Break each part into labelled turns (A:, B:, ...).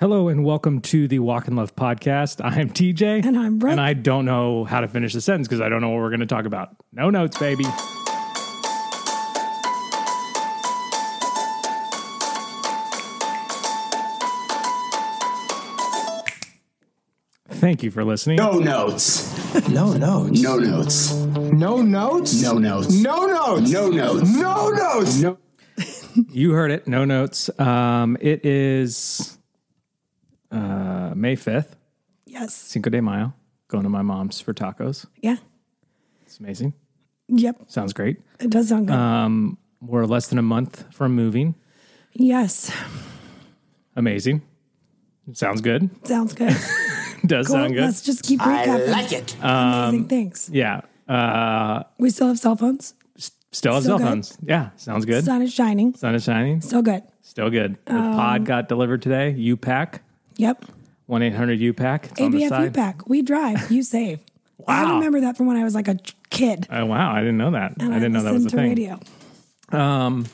A: Hello and welcome to the Walk in Love podcast. I'm TJ.
B: And I'm Brooke.
A: And I don't know how to finish the sentence because I don't know what we're going to talk about. No notes, baby. Thank you for listening.
C: No notes.
D: No notes.
C: No notes.
D: No notes.
C: No notes.
D: No notes.
C: No notes.
D: No notes.
C: No.
A: You heard it. No notes. Um, it is uh, May 5th,
B: Yes.
A: Cinco de Mayo, going to my mom's for tacos.
B: Yeah.
A: It's amazing.
B: Yep.
A: Sounds great.
B: It does sound good.
A: Uh, We're less than a month from moving.
B: yes.
A: Amazing. Sounds good.
B: Sounds good.
A: Does
B: Cool.
A: sound good. Um,
B: Let's just keep
C: I
B: recapping.
C: like it.
B: Amazing things.
A: yeah. Uh,
B: We still have cell phones.
A: still have cell
B: Still good.
A: phones. Yeah. Sounds good.
B: Sun is shining.
A: Sun is shining.
B: So good.
A: Still good. The
B: Oh.
A: pod got delivered today. UPAC,
B: Yep.
A: 1 800 UPAC. It's on the
B: ABF
A: side.
B: pack. We drive. You save.
A: Wow.
B: I remember that from when I was like a ch- kid.
A: Oh, wow. I didn't know that. I
B: and
A: didn't know that was a
B: listened to
A: thing.
B: Radio.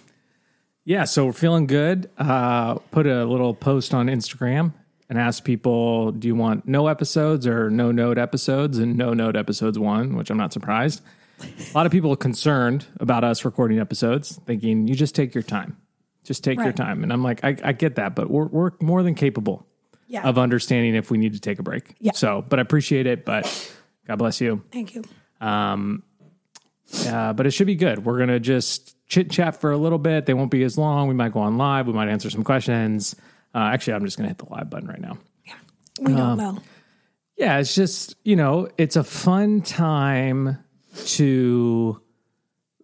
A: Yeah. So we're feeling good. Uh, put a little post on Instagram and asked people do you want no episodes or no note episodes? And no note episodes won, which I'm not surprised. A lot of people are concerned about us recording episodes, thinking you just take your time. Just take your
B: Right.
A: time. And I'm like, I, I get that, but we're, we're more than capable
B: Yeah.
A: of understanding if we need to take a break.
B: Yeah.
A: So, but I appreciate it. But God bless you.
B: Thank you.
A: Uh, but it should be good. We're gonna just chit chat for a little bit. They won't be as long. We might go on live. We might answer some questions. Uh, actually, I'm just gonna hit the live button right now.
B: We
A: Um,
B: don't know.
A: Yeah, it's just you know, it's a fun time to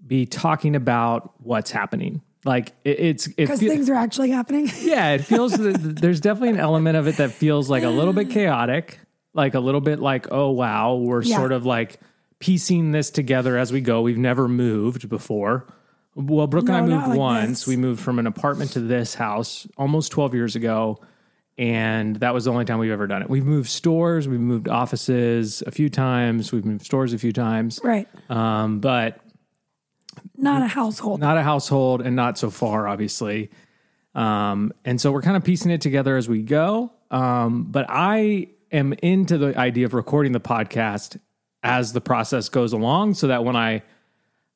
A: be talking about what's happening. Like it, it's it
B: Because
A: fe-
B: things are actually happening.
A: yeah, it feels th- th- there's definitely an element of it that feels like a little bit chaotic, like a little bit like, oh wow, we're
B: Yeah.
A: sort of like piecing this together as we go. We've never moved before. Well, Brooke and I
B: No, not
A: moved
B: like
A: once.
B: this.
A: We moved from an apartment to this house almost 12 years ago. And that was the only time we've ever done it. We've moved stores, we've moved offices a few times, we've moved stores a few times.
B: right.
A: Um, but
B: Not a household.
A: not a household and not so far obviously um and so we're kind of piecing it together as we go um but i am into the idea of recording the podcast as the process goes along so that when i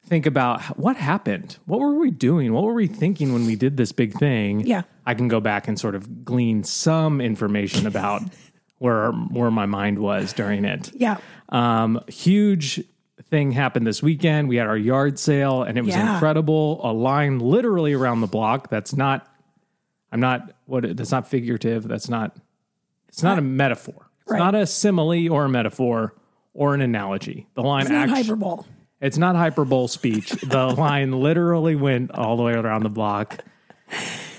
A: think about h- what happened what were we doing what were we thinking when we did this big thing
B: Yeah.
A: i can go back and sort of glean some information about where where my mind was during it
B: yeah.
A: um, huge thing happened this weekend. We had our yard sale and it was
B: Yeah.
A: incredible. A line literally around the block. That's not, I'm not, what, that's not figurative. That's not, it's not a metaphor. It's
B: Right.
A: not a simile or a metaphor or an analogy. The line
B: It's not
A: actu-
B: hyperbole.
A: it's not hyperbole speech. The line literally went all the way around the block.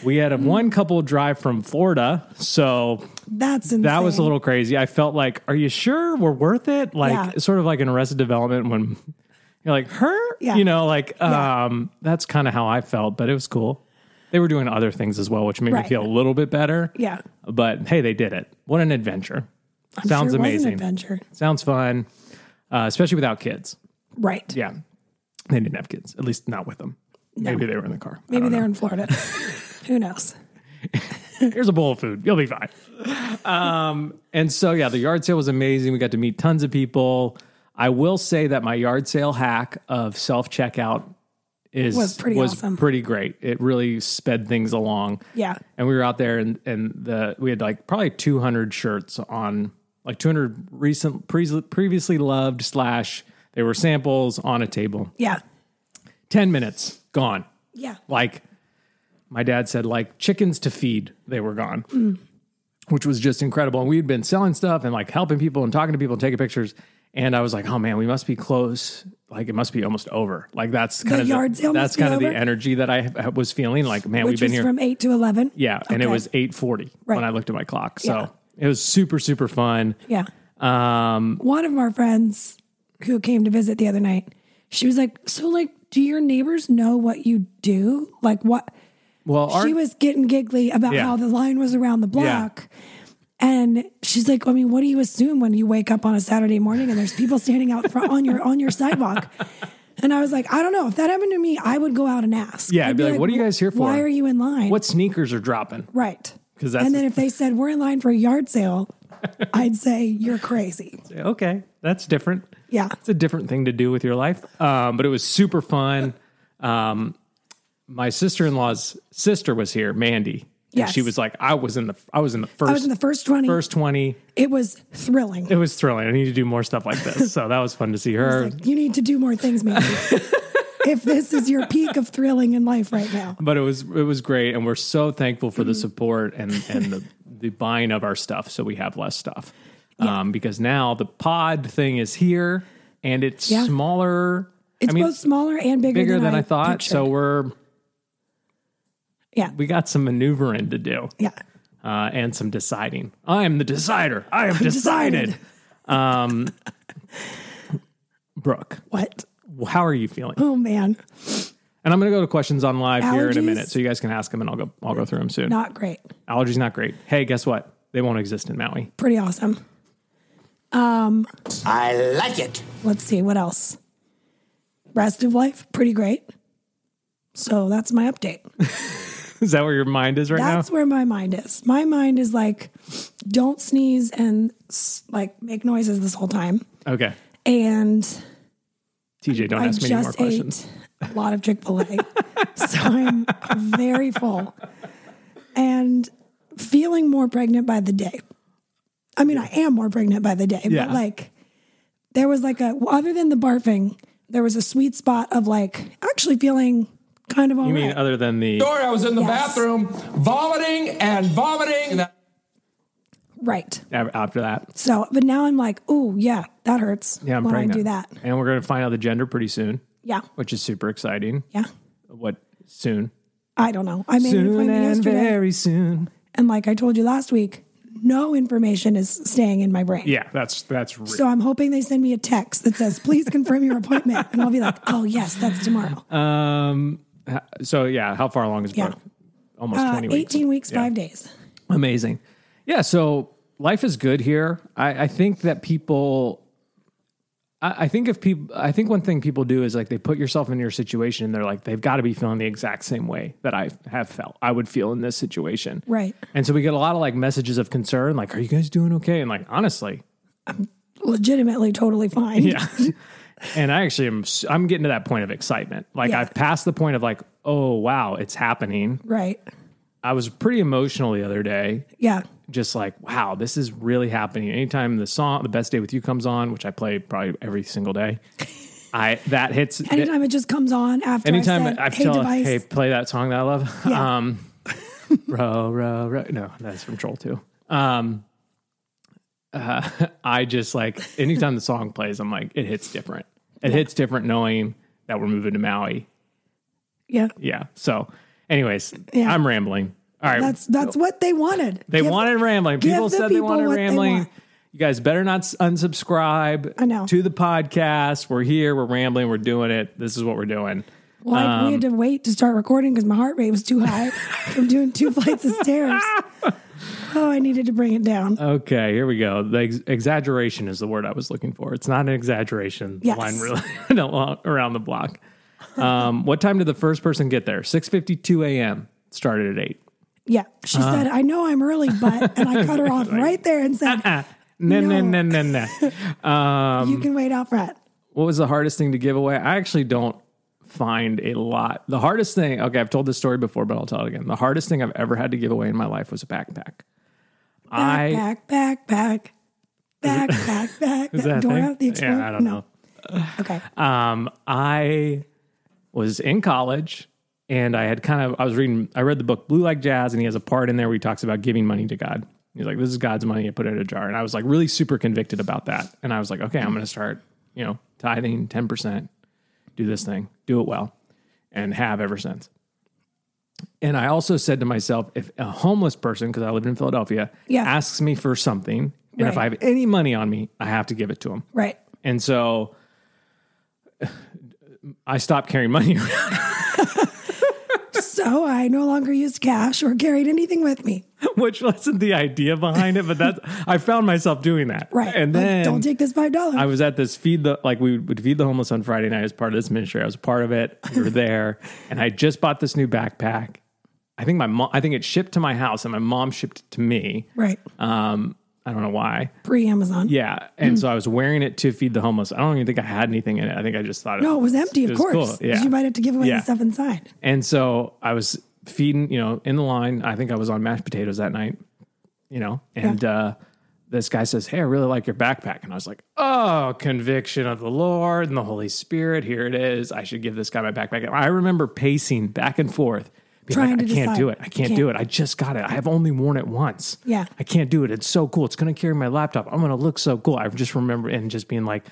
A: We had a one couple drive from Florida, so
B: That's insane.
A: that was a little crazy. I felt like, are you sure we're worth it? Like
B: Yeah.
A: sort of like in Arrested Development when you're like, her?
B: Yeah.
A: You know, like
B: Yeah.
A: um that's kind of how I felt, but it was cool. They were doing other things as well, which made me
B: Right.
A: feel a little bit better.
B: Yeah.
A: But hey, they did it. What an adventure.
B: I'm
A: Sounds
B: sure it was an
A: amazing.
B: adventure.
A: Sounds fun. Uh, especially without kids.
B: Right.
A: Yeah. They didn't have kids, at least not with them. Maybe they were in the car. I
B: Maybe
A: don't know.
B: they're in Florida. Who knows?
A: here's a bowl of food. You'll be fine. Um, and so yeah, the yard sale was amazing. We got to meet tons of people. I will say that my yard sale hack of self checkout is
B: Was pretty awesome.
A: pretty great. It really sped things along.
B: Yeah.
A: And we were out there and and the we had like probably 200 shirts on like 200 recent pre- previously loved slash they were samples on a table.
B: Yeah.
A: 10 minutes gone
B: Yeah.
A: like my dad said like chickens to feed they were gone which was just incredible and we had been selling stuff and like helping people and talking to people and taking pictures and i was like oh man we must be close like it must be almost over like that's kind of
B: yard
A: the,
B: sale
A: that's
B: must be
A: kind of the
B: over?
A: energy that i ha- was feeling like man
B: Which
A: we've been
B: was
A: here
B: from 8 to 11.
A: yeah and it
B: Okay.
A: was 8.40 when
B: Right.
A: i looked at my clock so
B: Yeah.
A: it was super super fun
B: Yeah.
A: um
B: One of our friends who came to visit the other night, she was like, So, like, do your neighbors know what you do? Like, what?
A: well our,
B: she was getting giggly about
A: Yeah.
B: how the line was around the block. And she's like, I mean, what do you assume when you wake up on a Saturday morning and there's people standing out front on your on your sidewalk? And I was like, I don't know. If that happened to me, I would go out and ask.
A: Yeah, I'd be like, "What are
B: do
A: you guys here for?
B: Why are you in line?
A: what sneakers are dropping
B: right?
A: because that's
B: and then if they said we're in line for a yard sale, I'd say you're crazy.
A: okay. That's different.
B: Yeah.
A: It's a different thing to do with your life. Um, but it was super fun. Um, my sister in law's sister was here, Mandy. Yeah,
B: Yes.
A: she was like, I was in the I was in the first
B: I was in the first 20.
A: first twenty.
B: It was thrilling.
A: It was thrilling. I need to do more stuff like this. So that was fun to see her.
B: Like, you need to do more things, man. if this is your peak of thrilling in life right now.
A: but it was it was great, and we're so thankful for the
B: Mm-hmm.
A: support and and the, the buying of our stuff, so we have less stuff. Um, because now the pod thing is here, and it's
B: Yeah.
A: smaller.
B: It's
A: I mean,
B: both smaller and bigger,
A: bigger than I, thought.
B: pictured.
A: So we're
B: yeah,
A: we got some maneuvering to do,
B: yeah,
A: uh, and some deciding. I am the decider. I have decided.
B: decided.
A: Um, Brooke,
B: what?
A: how are you feeling?
B: Oh man,
A: And I'm going to go to questions on live here in a
B: Allergies?
A: minute, so you guys can ask them, and I'll go. I'll go through them soon.
B: not great.
A: Allergies not great. Hey, guess what? They won't exist in Maui.
B: Pretty awesome.
D: I like it.
B: Let's see what else. Rest of life, pretty great. So that's my update.
A: Is that where your mind is right
B: That's
A: now?
B: where my mind is. My mind is like, don't sneeze and s- like make noises this whole time.
A: Okay.
B: And
A: TJ, don't
B: I
A: ask me any more
B: just
A: questions.
B: ate a lot of Chick Fil A, so I'm very full and feeling more pregnant by the day. I mean, I am more pregnant by the day,
A: Yeah.
B: but like there was like a well, other than the barfing, there was a sweet spot of like actually feeling kind of all
A: You
B: right.
A: mean other than the
C: Sorry, I was in the
B: Yes.
C: bathroom vomiting and vomiting.
B: right.
A: after that?
B: So, but now I'm like, oh yeah, that hurts.
A: Yeah, I'm
B: when
A: pregnant.
B: I do that.
A: And we're going to find out the gender pretty soon,
B: Yeah,
A: which is super exciting.
B: yeah.
A: What soon?
B: I don't know. I made it
A: Soon
B: find out
A: and
B: yesterday,
A: very soon.
B: and like I told you last week, no information is staying in my brain.
A: Yeah, that's that's real.
B: So I'm hoping they send me a text that says, please confirm your appointment. And I'll be like, oh, yes, that's tomorrow.
A: um. h- So yeah, how far along is
B: Yeah.
A: Brooke? Almost
B: Uh,
A: twenty weeks.
B: 18 weeks,
A: Yeah.
B: five days.
A: Amazing. Yeah. So life is good here. I, I think that people. I I think if people, I think one thing people do is like they put yourself in your situation and they're like, they've got to be feeling the exact same way that I have felt, I would feel in this situation.
B: Right.
A: And so we get a lot of like messages of concern, like, are you guys doing okay? And like, honestly,
B: Legitimately, totally fine.
A: yeah. and I actually am, s- I'm getting to that point of excitement. Like,
B: Yeah.
A: I've passed the point of like, oh, wow, it's happening.
B: Right.
A: I was pretty emotional the other day
B: Yeah.
A: just like wow this is really happening anytime the song the best day with you comes on which i play probably every single day i that hits
B: Anytime it just comes on after
A: anytime
B: I said,
A: I
B: hey,
A: tell
B: device.
A: hey play that song that i love
B: Yeah.
A: um row row row no that's from troll 2 um uh, i just like anytime the song plays i'm like it hits different it hits different knowing that we're moving to maui
B: yeah.
A: yeah so anyways
B: Yeah.
A: i'm rambling all right
B: That's that's what they wanted.
A: they
B: Give-
A: wanted rambling.
B: give
A: People
B: the
A: said they
B: people
A: wanted
B: what they
A: rambling.
B: want.
A: You guys better not s- unsubscribe.
B: I know.
A: To the podcast, we're here. We're rambling. We're doing it. This is what we're doing.
B: Like,
A: um,
B: we had to wait to start recording because my heart rate was too high from doing two flights of stairs. Oh, I needed to bring it down.
A: Okay, here we go. The ex- exaggeration is the word I was looking for. It's not an exaggeration. The
B: Yes.
A: Line really no, lo- around the block. Um, what time did the first person get there? Six fifty-two a.m. Started at eight.
B: Yeah. She
A: uh-huh.
B: said, I know I'm early, but, and I cut her off right there and said,
A: Ah, No, no, no,
B: No.
A: no, no. um,
B: you can wait out front.
A: what was the hardest thing to give away? I actually don't find a lot. The hardest thing, okay, I've told this story before, but I'll tell it again. The hardest thing I've ever had to give away in my life was a backpack. I
B: back, back, back, back, back, back.
A: is that a
B: Dora
A: thing?
B: the Explorer.
A: Yeah, I don't
B: no. Okay.
A: Um, I was in college and I had kind of I was reading I read the book Blue Like Jazz and he has a part in there where he talks about giving money to God. He's like, This is God's money, I put it in a jar. And I was like really super convicted about that. And I was like, okay, I'm gonna start, you know, tithing ten percent, do this thing, do it well, and have ever since. And I also said to myself, if a homeless person, because I lived in Philadelphia,
B: Yeah.
A: asks me for something, and if
B: Right.
A: I have any money on me, I have to give it to him.
B: right.
A: And so I stopped carrying money around.
B: So I no longer used cash or carried anything with me.
A: which wasn't the idea behind it, but that's I found myself doing that.
B: Right.
A: And
B: Like,
A: then
B: don't take this five dollars.
A: I was at this feed the like we would feed the homeless on Friday night as part of this ministry. I was a part of it. We were there, and I just bought this new backpack, I think my mom. I think it shipped to my house, and my mom shipped it to me.
B: Right.
A: Um, I don't know why.
B: Pre Amazon.
A: Yeah,
B: Hmm.
A: and so I was wearing it to feed the homeless. I don't even think I had anything in it. I think I just thought
B: No, it was empty, of
A: was
B: course.
A: cool,
B: 'cause
A: yeah.
B: You might have to give away
A: Yeah.
B: the stuff inside.
A: And so I was feeding, you know, in the line. I think I was on mashed potatoes that night, you know, and uh, this guy says, Hey, I really like your backpack. And I was like, Oh, conviction of the Lord and the Holy Spirit. Here it is. I should give this guy my backpack. And I remember pacing back and forth. being
B: Trying
A: like,
B: to
A: I can't do
B: decide.
A: it. I can't
B: Can't.
A: do it. I just got it. I have only worn it once.
B: Yeah.
A: I can't do it. It's so cool. It's going to carry my laptop. I'm going to look so cool. I just remember and just being like,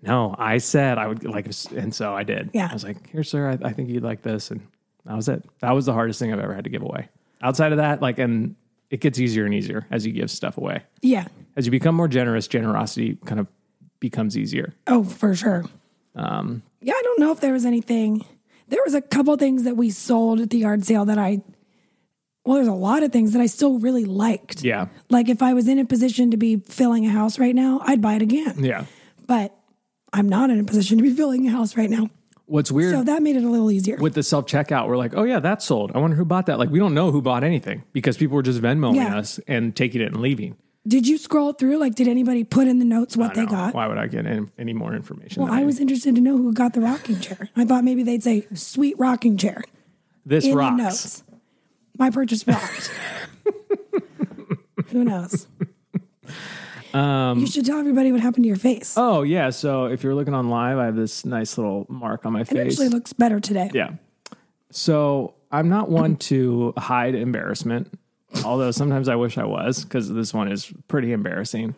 A: no, I said I would like, and so I did.
B: Yeah.
A: I was like, here, sir, I, I think you'd like this. And that was it. That was the hardest thing I've ever had to give away. Outside of that, like, and it gets easier and easier as you give stuff away.
B: Yeah.
A: As you become more generous, generosity kind of becomes easier.
B: Oh, for sure. Um, yeah, I don't know if there was anything. There was a couple things that we sold at the yard sale that I, well, there's a lot of things that I still really liked.
A: Yeah.
B: Like if I was in a position to be filling a house right now, I'd buy it again.
A: Yeah.
B: But I'm not in a position to be filling a house right now.
A: What's weird
B: So that made it a little easier.
A: with the self checkout, we're like, oh, yeah, that's sold. I wonder who bought that. Like, we don't know who bought anything because people were just Venmoing
B: Yeah.
A: us and taking it and leaving.
B: Did you scroll through? Like, did anybody put in the notes what
A: I
B: they
A: know.
B: got?
A: Why would I get any, any more information?
B: Well,
A: than
B: I was interested to know who got the rocking chair. I thought maybe they'd say sweet rocking chair
A: this
B: in
A: rocks.
B: the notes. My purchase rocked. who knows? you should tell everybody what happened to your face.
A: Um, Oh yeah. So if you're looking on live, I have this nice little mark on my
B: it
A: face.
B: actually looks better today.
A: yeah. So I'm not one to hide embarrassment, although sometimes I wish I was because this one is pretty embarrassing.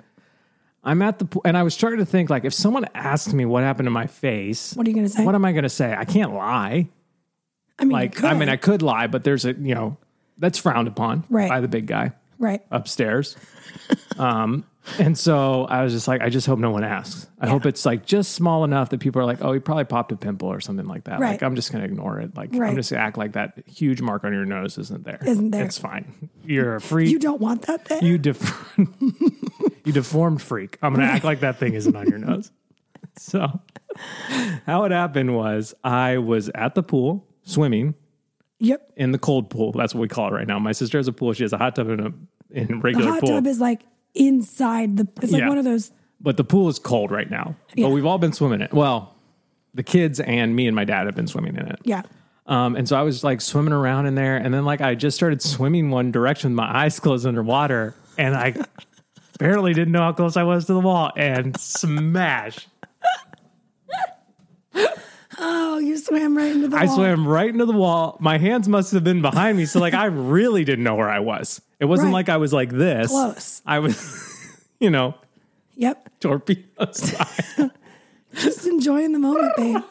A: I'm at the po- and I was starting to think like if someone asked me what happened to my face,
B: What are you gonna say?
A: What am I going to say? I can't lie.
B: I mean, you
A: Like
B: could.
A: I mean, I could lie, but there's a you know that's frowned upon
B: Right.
A: by the big guy
B: right?
A: upstairs. um, and so I was just like, I just hope no one asks. I hope it's like just small enough that people are like, oh, he probably popped a pimple or something like that. Like,
B: Right.
A: I'm just going to ignore it. Like,
B: Right.
A: I'm just going to act like that huge mark on your nose isn't there.
B: Isn't there.
A: It's fine. You're a freak.
B: You don't want that thing.
A: You def- you deformed freak. I'm going to act like that thing isn't on your nose. So, how it happened was I was at the pool swimming
B: yep.
A: in the cold pool. That's what we call it right now. My sister has a pool. She has a hot tub and a, in a
B: The
A: regular
B: hot
A: pool.
B: tub is like inside the. It's like
A: Yeah.
B: one of those.
A: but the pool is cold right now.
B: Yeah.
A: But we've all been swimming in it. Well, the kids and me and my dad have been swimming in it.
B: Yeah.
A: Um, and so I was like swimming around in there, and then like I just started swimming one direction with my eyes closed underwater, and I barely didn't know how close I was to the wall, and smash!
B: Oh, you swam right into the.
A: I
B: wall.
A: swam right into the wall. My hands must have been behind me, so like I really didn't know where I was. It wasn't
B: Right.
A: like I was like this.
B: Close.
A: I was, you know,
B: Yep.
A: torpedo style.
B: Just enjoying the moment, babe.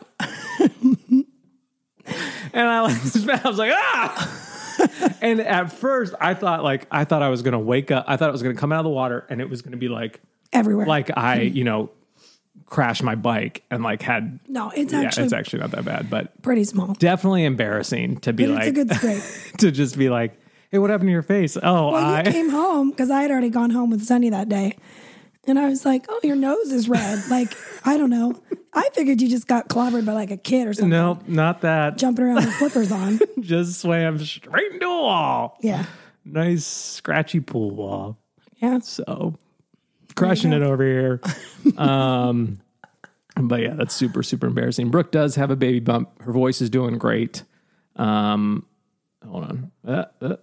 A: And I like smacked- I was like, ah. and at first, I thought like I thought I was gonna wake up. I thought it was gonna come out of the water, and it was gonna be like
B: Everywhere.
A: like I you know crashed my bike and like had
B: no, it's
A: yeah,
B: actually
A: it's actually not that bad, but
B: pretty small.
A: definitely embarrassing to be
B: But it's
A: like
B: a good scrape.
A: to just be like, hey, what happened to your face? Oh,
B: Well,
A: I
B: you came home because I had already gone home with Sunny that day. And I was like, oh, your nose is red. like, I don't know. I figured you just got clobbered by like a kid or something.
A: no, not that.
B: Jumping around with flippers on.
A: Just swam straight into a wall.
B: Yeah.
A: Nice scratchy pool wall.
B: Yeah.
A: So crushing it over here. Um, but yeah, that's super, super embarrassing. Brooke does have a baby bump. Her voice is doing great. Um, hold on. Uh, uh.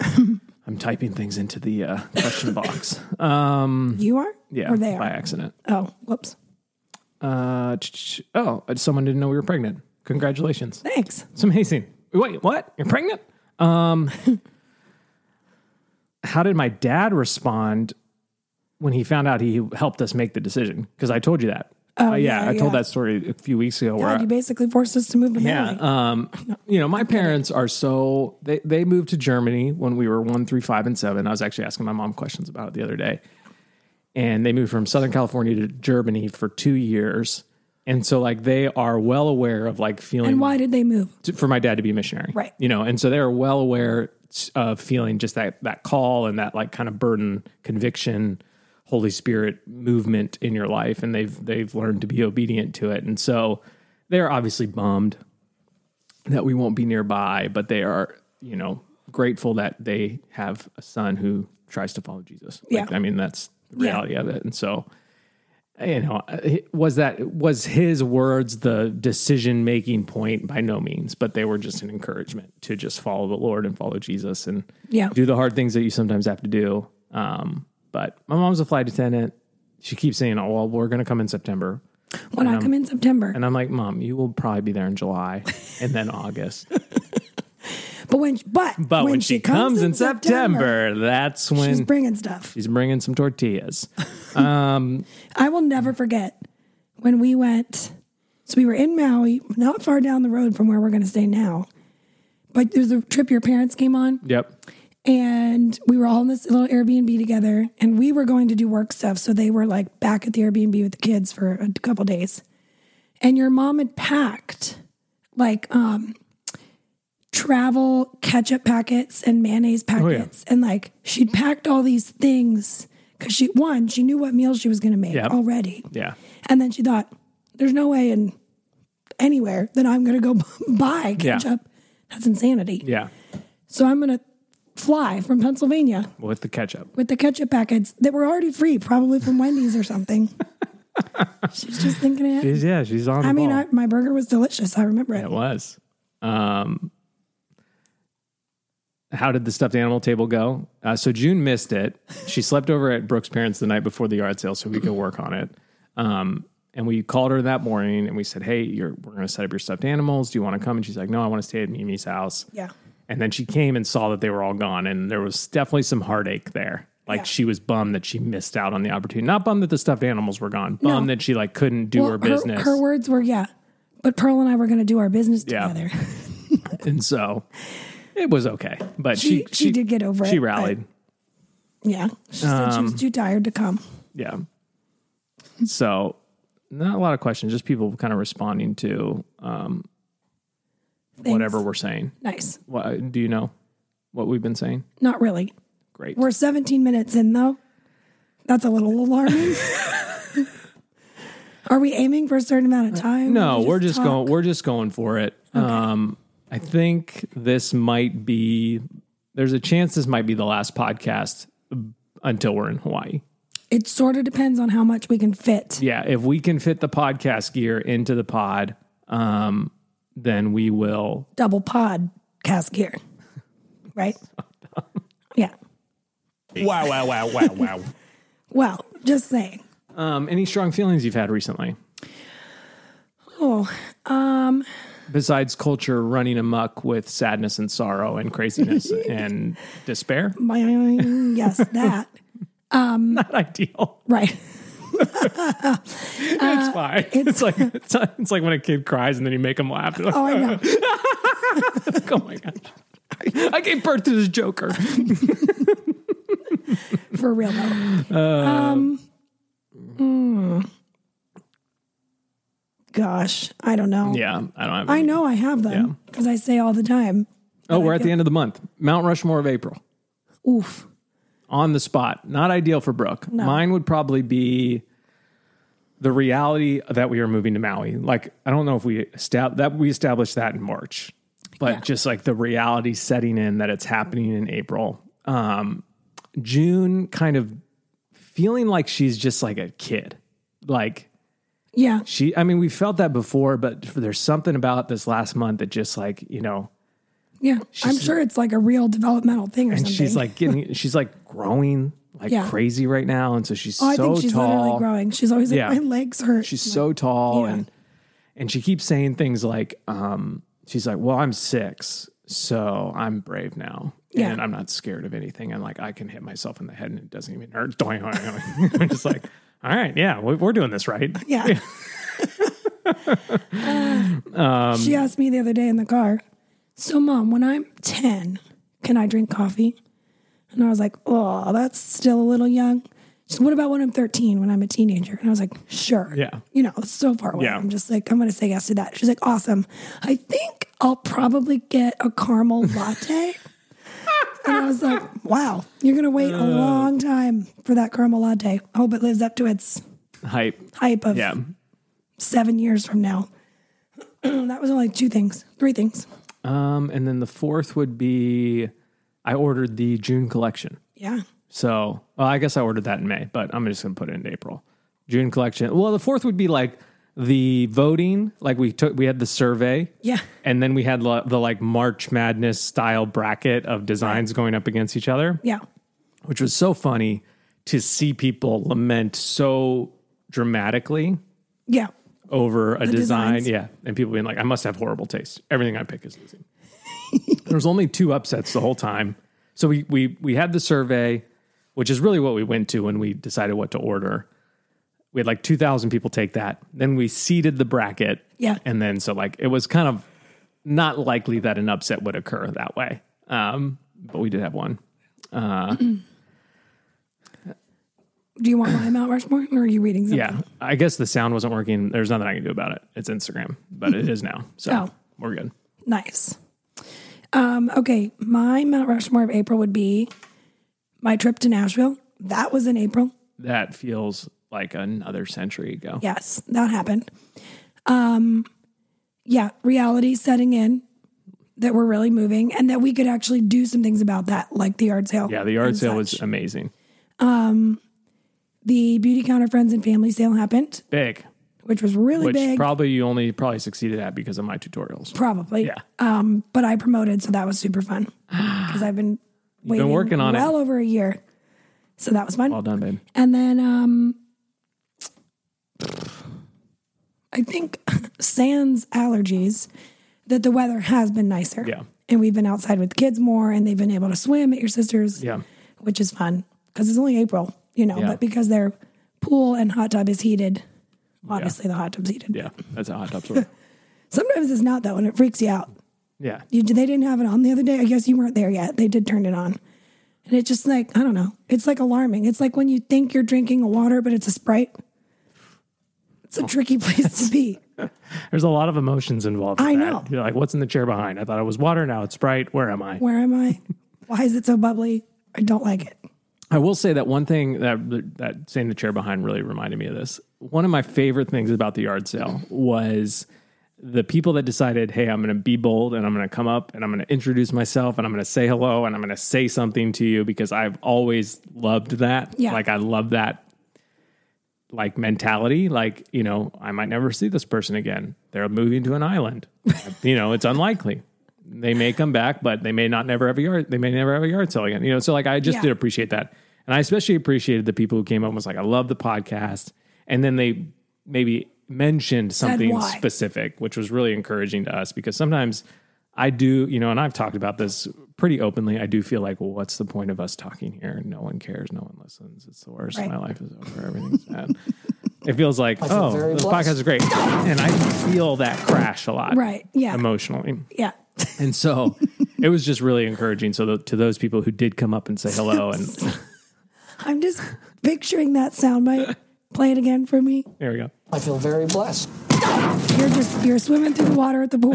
A: I'm typing things into the uh, question box.
B: You are?
A: Yeah,
B: Or they
A: by
B: are?
A: accident.
B: Oh, whoops.
A: Uh, ch- ch- oh, someone didn't know we were pregnant. Congratulations.
B: Thanks.
A: It's amazing. Wait, what? You're pregnant? Um, how did my dad respond when he found out he helped us make the decision? Because I told you that. Oh, yeah,
B: yeah,
A: I told
B: yeah.
A: that story a few weeks ago. where
B: God,
A: I-
B: you basically forced us to move to
A: yeah,
B: Maryland.
A: um, you know, my parents are so they they moved to Germany when we were one, three, five, and seven. I was actually asking my mom questions about it the other day, and they moved from Southern California to Germany for two years, and so like they are well aware of like feeling
B: and why did they move?
A: to- for my dad to be a missionary.
B: Right.
A: You know, and so they're well aware of feeling just that that call and that like kind of burden, conviction, Holy Spirit movement in your life and they've they've learned to be obedient to it. And so they're obviously bummed. that we won't be nearby, but they are, you know, grateful that they have a son who tries to follow Jesus. Like,
B: Yeah.
A: I mean, that's the
B: Yeah.
A: reality of it. And so, you know, was that was his words the decision making point? By no means, but they were just an encouragement to just follow the Lord and follow Jesus and
B: Yeah.
A: do the hard things that you sometimes have to do. Um, but my mom's a flight attendant. She keeps saying, "Oh, well, we're going to come in September."
B: When
A: um,
B: I come in September,
A: And I'm like, Mom, you will probably be there in July and then August.
B: but when but,
A: But when, she, comes, in September, that's when
B: she's
A: she's,
B: bringing stuff.
A: bringing some tortillas.
B: I will never forget when we went. So we were in Maui, not far down the road from where we're going to stay now. But there's a trip your parents came on,
A: Yep.
B: and we were all in this little Airbnb together, and we were going to do work stuff. So they were like back at the Airbnb with the kids for a couple days. And your mom had packed like um travel ketchup packets and mayonnaise
A: Oh, yeah.
B: packets. And like she'd packed all these things because she one, she knew what meal she was gonna make
A: Yep.
B: already.
A: Yeah.
B: And then she thought, there's no way in anywhere that I'm going to go buy
A: Yeah.
B: ketchup. That's insanity.
A: Yeah.
B: So I'm going to fly from Pennsylvania
A: With the ketchup.
B: with the ketchup packets that were already free, probably from Wendy's or something. She's just thinking it.
A: She's, yeah, she's on the
B: I mean,
A: ball.
B: I, my burger was delicious. I remember it.
A: it was. Um, how did the stuffed animal table go? Uh, so June missed it. She slept over at Brooke's parents the night before the yard sale so we could work on it. Um, and we called her that morning and we said, "Hey, you're, we're going to set up your stuffed animals. Do you want to come?" And she's like, "No, I want to stay at Mimi's house."
B: Yeah.
A: And then she came and saw that they were all gone, and there was definitely some heartache there. Like
B: Yeah.
A: she was bummed that she missed out on the opportunity. Not bummed that the stuffed animals were gone. Bummed that she like couldn't do
B: Well,
A: her business.
B: Her, words were, yeah. But Pearl and I were going to do our business
A: Yeah.
B: together.
A: and so it was okay. But she
B: She- she did get over
A: She
B: it,
A: rallied.
B: yeah. She said
A: Um,
B: she was too tired to come.
A: yeah. So not a lot of questions, just people kind of responding to
B: Thanks.
A: whatever we're saying.
B: Nice.
A: What, do you know what we've been saying?
B: Not really.
A: Great.
B: We're 17 minutes in, though. That's a little alarming. Are we aiming for a certain amount of time?
A: Uh, no,
B: We
A: we're just
B: talk?
A: going. We're just going for it. Um, I think this might be. There's a chance this might be the last podcast until we're in Hawaii.
B: It sort of depends on how much we can fit.
A: yeah, if we can fit the podcast gear into the pod, um, then we will.
B: Double pod cast gear, right? yeah.
E: Wow, wow, wow, wow, wow.
B: Well, just saying.
A: Um, any strong feelings you've had recently
B: Oh,
A: besides culture running amok with sadness and sorrow and craziness and despair?
B: my yes, that
A: Not ideal.
B: right. Uh,
A: It's fine. It's like it's, it's like when a kid cries and then you make him laugh. They're like,
B: Oh, I know.
A: oh my gosh. I- I gave birth to this Joker.
B: for real though. um,
A: Uh,
B: mm. gosh, I don't know.
A: Yeah, I don't have.
B: I
A: any.
B: know I have them because I say all the time.
A: Oh, we're at the end of the month. Mount Rushmore of April.
B: Oof.
A: on the spot. Not ideal for Brooke. Mine would probably be the reality that we are moving to Maui. Like I don't know if we estab- that we established that in March, but just like the reality setting in that it's happening in April. Um, June kind of feeling like she's just like a kid. Like
B: Yeah.
A: she, I mean, we felt that before, but there's something about this last month that just like you know
B: Yeah. I'm sure it's like a real developmental thing or
A: and
B: something.
A: she's like getting she's like growing like
B: Yeah.
A: crazy right now and so she's
B: oh, I
A: so
B: think she's literally
A: tall
B: growing. She's always like,
A: Yeah.
B: my legs hurt.
A: she's so tall
B: Yeah.
A: and and she keeps saying things like um she's like well i'm six so i'm brave now
B: Yeah.
A: and i'm not scared of anything and like i can hit myself in the head and it doesn't even hurt i'm just like all right yeah we- we're doing this right
B: yeah.
A: Um,
B: Uh, she asked me the other day in the car, so mom, when I'm 10, can I drink coffee? And I was like, oh, that's still a little young. She's what about when I'm 13, when I'm a teenager? And I was like, sure.
A: Yeah.
B: You know, it's so far away.
A: Yeah.
B: I'm just like, I'm going to say yes to that. She's like, awesome. I think I'll probably get a caramel latte. and I was like, wow, you're going to wait
A: Uh.
B: a long time for that caramel latte. I hope it lives up to its
A: hype
B: hype of
A: yeah
B: seven years from now. that was only two things, three things.
A: Um, and then the fourth would be I ordered the June collection.
B: Yeah.
A: So well, I guess I ordered that in May, but I'm just going to put it in April. June collection. Well, the fourth would be like the voting. Like we took, we had the survey.
B: Yeah.
A: And then we had the, the like March Madness style bracket of designs going up against each other,
B: Yeah.
A: which was so funny to see people lament so dramatically
B: Yeah.
A: over a design.
B: designs.
A: Yeah. And people being like, I must have horrible taste. Everything I pick is losing. there was only two upsets the whole time. So we we we had the survey, which is really what we went to when we decided what to order. We had like two thousand people take that. Then we seeded the bracket.
B: Yeah.
A: And then so like it was kind of not likely that an upset would occur that way. Um, but we did have one.
B: Do you want my Mount Rushmore or are you reading something?
A: Yeah. I guess the sound wasn't working. There's nothing I can do about it. It's Instagram, but it is now. So
B: Oh.
A: we're good.
B: Nice. Um, okay, my Mount Rushmore of April would be my trip to Nashville. That was in April.
A: that feels like another century ago.
B: Yes, that happened. Um, yeah, reality setting in that we're really moving and that we could actually do some things about that, like the yard sale.
A: Yeah, the yard
B: and
A: sale
B: such.
A: was uh, amazing.
B: the beauty counter friends and family sale happened,
A: Big,
B: which was really
A: which
B: big.
A: probably you only probably succeeded at because of my tutorials.
B: probably.
A: Yeah.
B: Um, but I promoted, so that was super fun because I've been waiting
A: working on it.
B: well over a year. So that was fun.
A: Well done, babe.
B: And then um I think sans allergies that the weather has been nicer.
A: Yeah.
B: And we've been outside with kids more and they've been able to swim at your sister's.
A: Yeah.
B: Which is fun because it's only April, you know,
A: Yeah.
B: but because their pool and hot tub is heated. Obviously the hot tub's heated.
A: Yeah, that's how hot tubs work.
B: Sometimes it's not though and it freaks you out.
A: Yeah,
B: You, they didn't have it on the other day. I guess you weren't there yet. They did turn it on. And it's just like, I don't know. It's like alarming. It's like when you think you're drinking a water, but it's a Sprite. It's a tricky place to be.
A: there's a lot of emotions involved. with
B: I
A: that.
B: know.
A: You're like, what's in the chair behind? I thought it was water. Now it's Sprite. Where am I?
B: Where am I? Why is it so bubbly? I don't like it.
A: I will say that one thing that that saying the chair behind really reminded me of this. One of my favorite things about the yard sale was the people that decided, "Hey, I'm going to be bold and I'm going to come up and I'm going to introduce myself and I'm going to say hello and I'm going to say something to you because I've always loved that.
B: Yeah.
A: Like I love that like mentality. Like you know, I might never see this person again. They're moving to an island. you know, it's unlikely. They may come back, but they may not never have a yard. They may never have a yard sale again. You know, so like I just
B: Yeah.
A: did appreciate that, and I especially appreciated the people who came up and was like, "I love the podcast," and then they maybe mentioned something
B: why.
A: specific, which was really encouraging to us because sometimes I do, you know, and I've talked about this pretty openly. I do feel like, well, what's the point of us talking here? No one cares. No one listens. It's the worst.
B: Right.
A: My life is over. Everything's bad. It feels like,
D: feel
A: oh,
D: very
A: this
D: blessed.
A: podcast is great. And I feel that crash a lot.
B: Right, yeah.
A: Emotionally.
B: Yeah.
A: And so it was just really encouraging. So th- to those people who did come up and say hello, and
B: I'm just picturing that soundbite. Play it again for me.
A: there we go.
D: I feel very blessed.
B: You're just you're swimming through the water at the pool.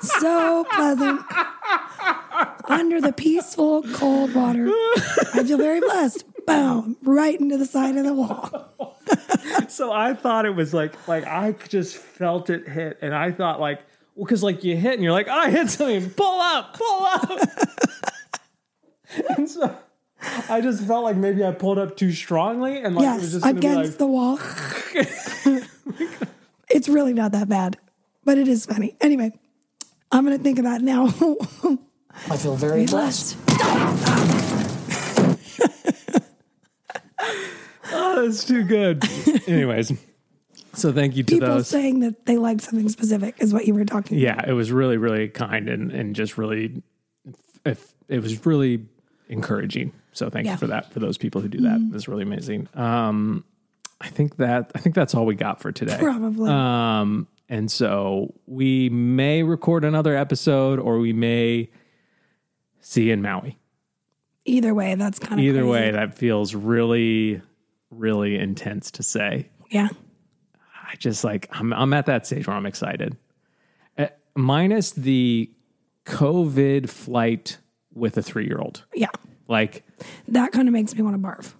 B: so pleasant. Under the peaceful cold water. I feel very blessed. Boom. Right into the side of the wall.
A: So I thought it was like, like I just felt it hit. And I thought like, well, cause like you hit and you're like, I hit something, pull up, pull up. and so I just felt like maybe I pulled up too strongly and like it was
B: Yes.
A: just gonna be
B: Against
A: like,
B: the wall. it's really not that bad. But it is funny. Anyway, I'm gonna think about it now.
D: I feel very blessed.
A: Oh, that's too good. Anyways, so thank you to
B: People
A: those.
B: saying that they like something specific is what you were talking
A: yeah, it was really, really kind and and just really, if it was really encouraging. So thank
B: Yeah. Mm-hmm.
A: you for that for those people who do that. It's really amazing. Um, I think that I think that's all we got for today.
B: Probably.
A: Um, and so we may record another episode, or we may see you in Maui.
B: Either way, that's kind of
A: Either way, that feels really, really intense to say.
B: Yeah.
A: I just like I'm I'm at that stage where I'm excited. Uh, minus the COVID flight with a three year old.
B: Yeah.
A: Like,
B: That kind of makes me want to barf.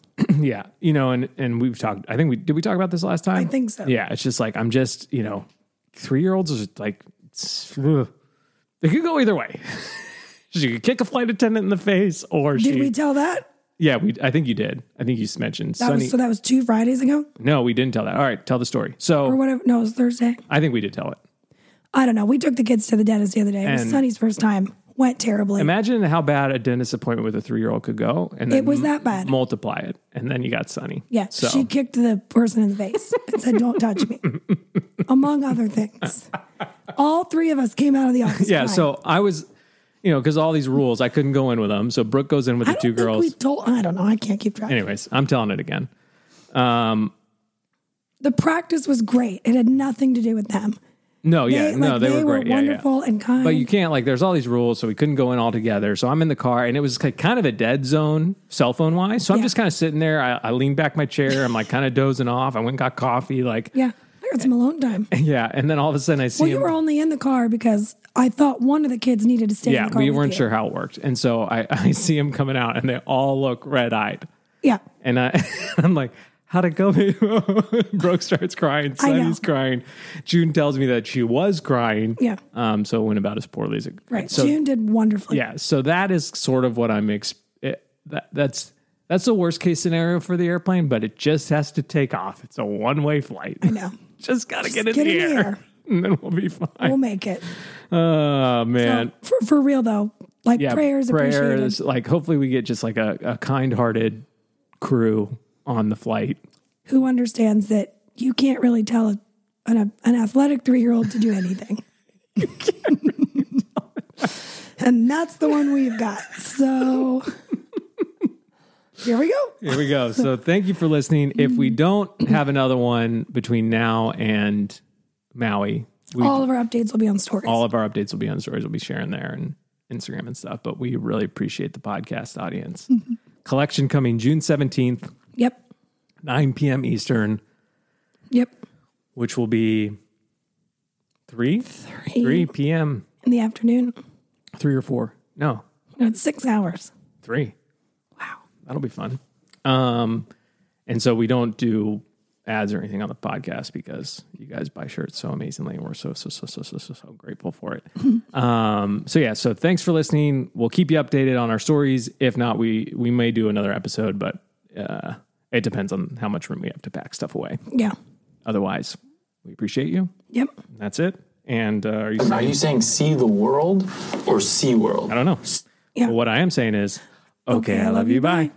A: yeah, you know, and and we've talked. I think we did we talk about this last time.
B: I think so.
A: Yeah, it's just like I'm just you know three year olds is like, it's- ugh. it could go either way. she could kick a flight attendant in the face, or
B: Did
A: she,
B: we tell that?
A: yeah, we. I think you did. I think you mentioned
B: That
A: Sunny.
B: was so that was two Fridays ago
A: no, we didn't tell that. All right, tell the story.
B: or
A: So
B: whatever. No, it was Thursday.
A: I think we did tell it.
B: I don't know. We took the kids to the dentist the other day. It was
A: And-
B: Sunny's first time. Went terribly.
A: Imagine how bad a dentist appointment with a three year old could go, and then
B: It was
A: m-
B: that bad.
A: Multiply it, and then you got Sunny.
B: yeah,
A: so
B: she kicked the person in the face and said, "Don't touch me," among other things. All three of us came out of the office.
A: yeah.
B: crying.
A: So I was, you know, because all these rules, I couldn't go in with them. So Brooke goes in with
B: I
A: the
B: don't
A: two
B: think
A: girls.
B: we told. I don't know. I can't keep track.
A: Anyways, I'm telling it again.
B: The practice was great. It had nothing to do with them.
A: No, yeah,
B: They-
A: no,
B: like,
A: they, were great. Yeah, yeah.
B: wonderful and kind.
A: But you can't like there's all these rules, so we couldn't go in all together. So I'm in the car and it was like, kind of a dead zone cell phone wise. So I'm
B: Yeah.
A: just kind of sitting there. I, I leaned back my chair. I'm like kind of dozing off. I went and got coffee. Like
B: yeah, I got some alone time.
A: yeah. And then all of a sudden I see
B: Well, you
A: him.
B: were only in the car because I thought one of the kids needed to stay. in
A: yeah,
B: the car
A: we
B: with
A: weren't
B: you.
A: sure how it worked. And so I, I see him coming out and they all look red eyed.
B: Yeah,
A: And I, I'm like, how'd it go? babe?" Brooke starts crying.
B: I know.
A: Sunny's crying. June tells me that she was crying.
B: Yeah.
A: Um. So it went about as poorly as it could.
B: right.
A: So
B: June did wonderfully.
A: yeah. So that is sort of what I'm. Ex- it, that that's that's the worst case scenario for the airplane, but it just has to take off. It's a one way flight.
B: I know.
A: just gotta get, in,
B: get
A: the
B: in the
A: air,
B: air.
A: and then we'll be fine.
B: We'll make it.
A: Oh man.
B: Um, for, for real though, like
A: yeah,
B: prayers, appreciated.
A: prayers. Like, hopefully, we get just like a, a kind-hearted crew on the flight.
B: Who understands that you can't really tell a- an, an athletic three year old to do anything. and that's the one we've got. So here we go.
A: Here we go. So thank you for listening. If we don't have another one between now and Maui, we, all,
B: All of our updates will be on stories.
A: of our updates will be on stories. We'll be sharing there and Instagram and stuff. But we really appreciate the podcast audience. Collection coming June seventeenth,
B: yep.
A: nine p.m. Eastern,
B: Yep.
A: which will be three three p.m.
B: In the afternoon.
A: three or four. No,
B: No, it's six hours.
A: three.
B: Wow.
A: That'll be fun. Um, and so we don't do ads or anything on the podcast because you guys buy shirts so amazingly, and we're so so so so so so, so grateful for it. um, so yeah, so thanks for listening. We'll keep you updated on our stories. If not, we we may do another episode, but uh, it depends on how much room we have to pack stuff away.
B: Yeah.
A: Otherwise, we appreciate you.
B: Yep.
A: That's it. And uh, are you?
F: Are you saying see the world or sea world?
A: I don't know.
B: Yeah.
A: But what I am saying is, okay, I love you. Bye.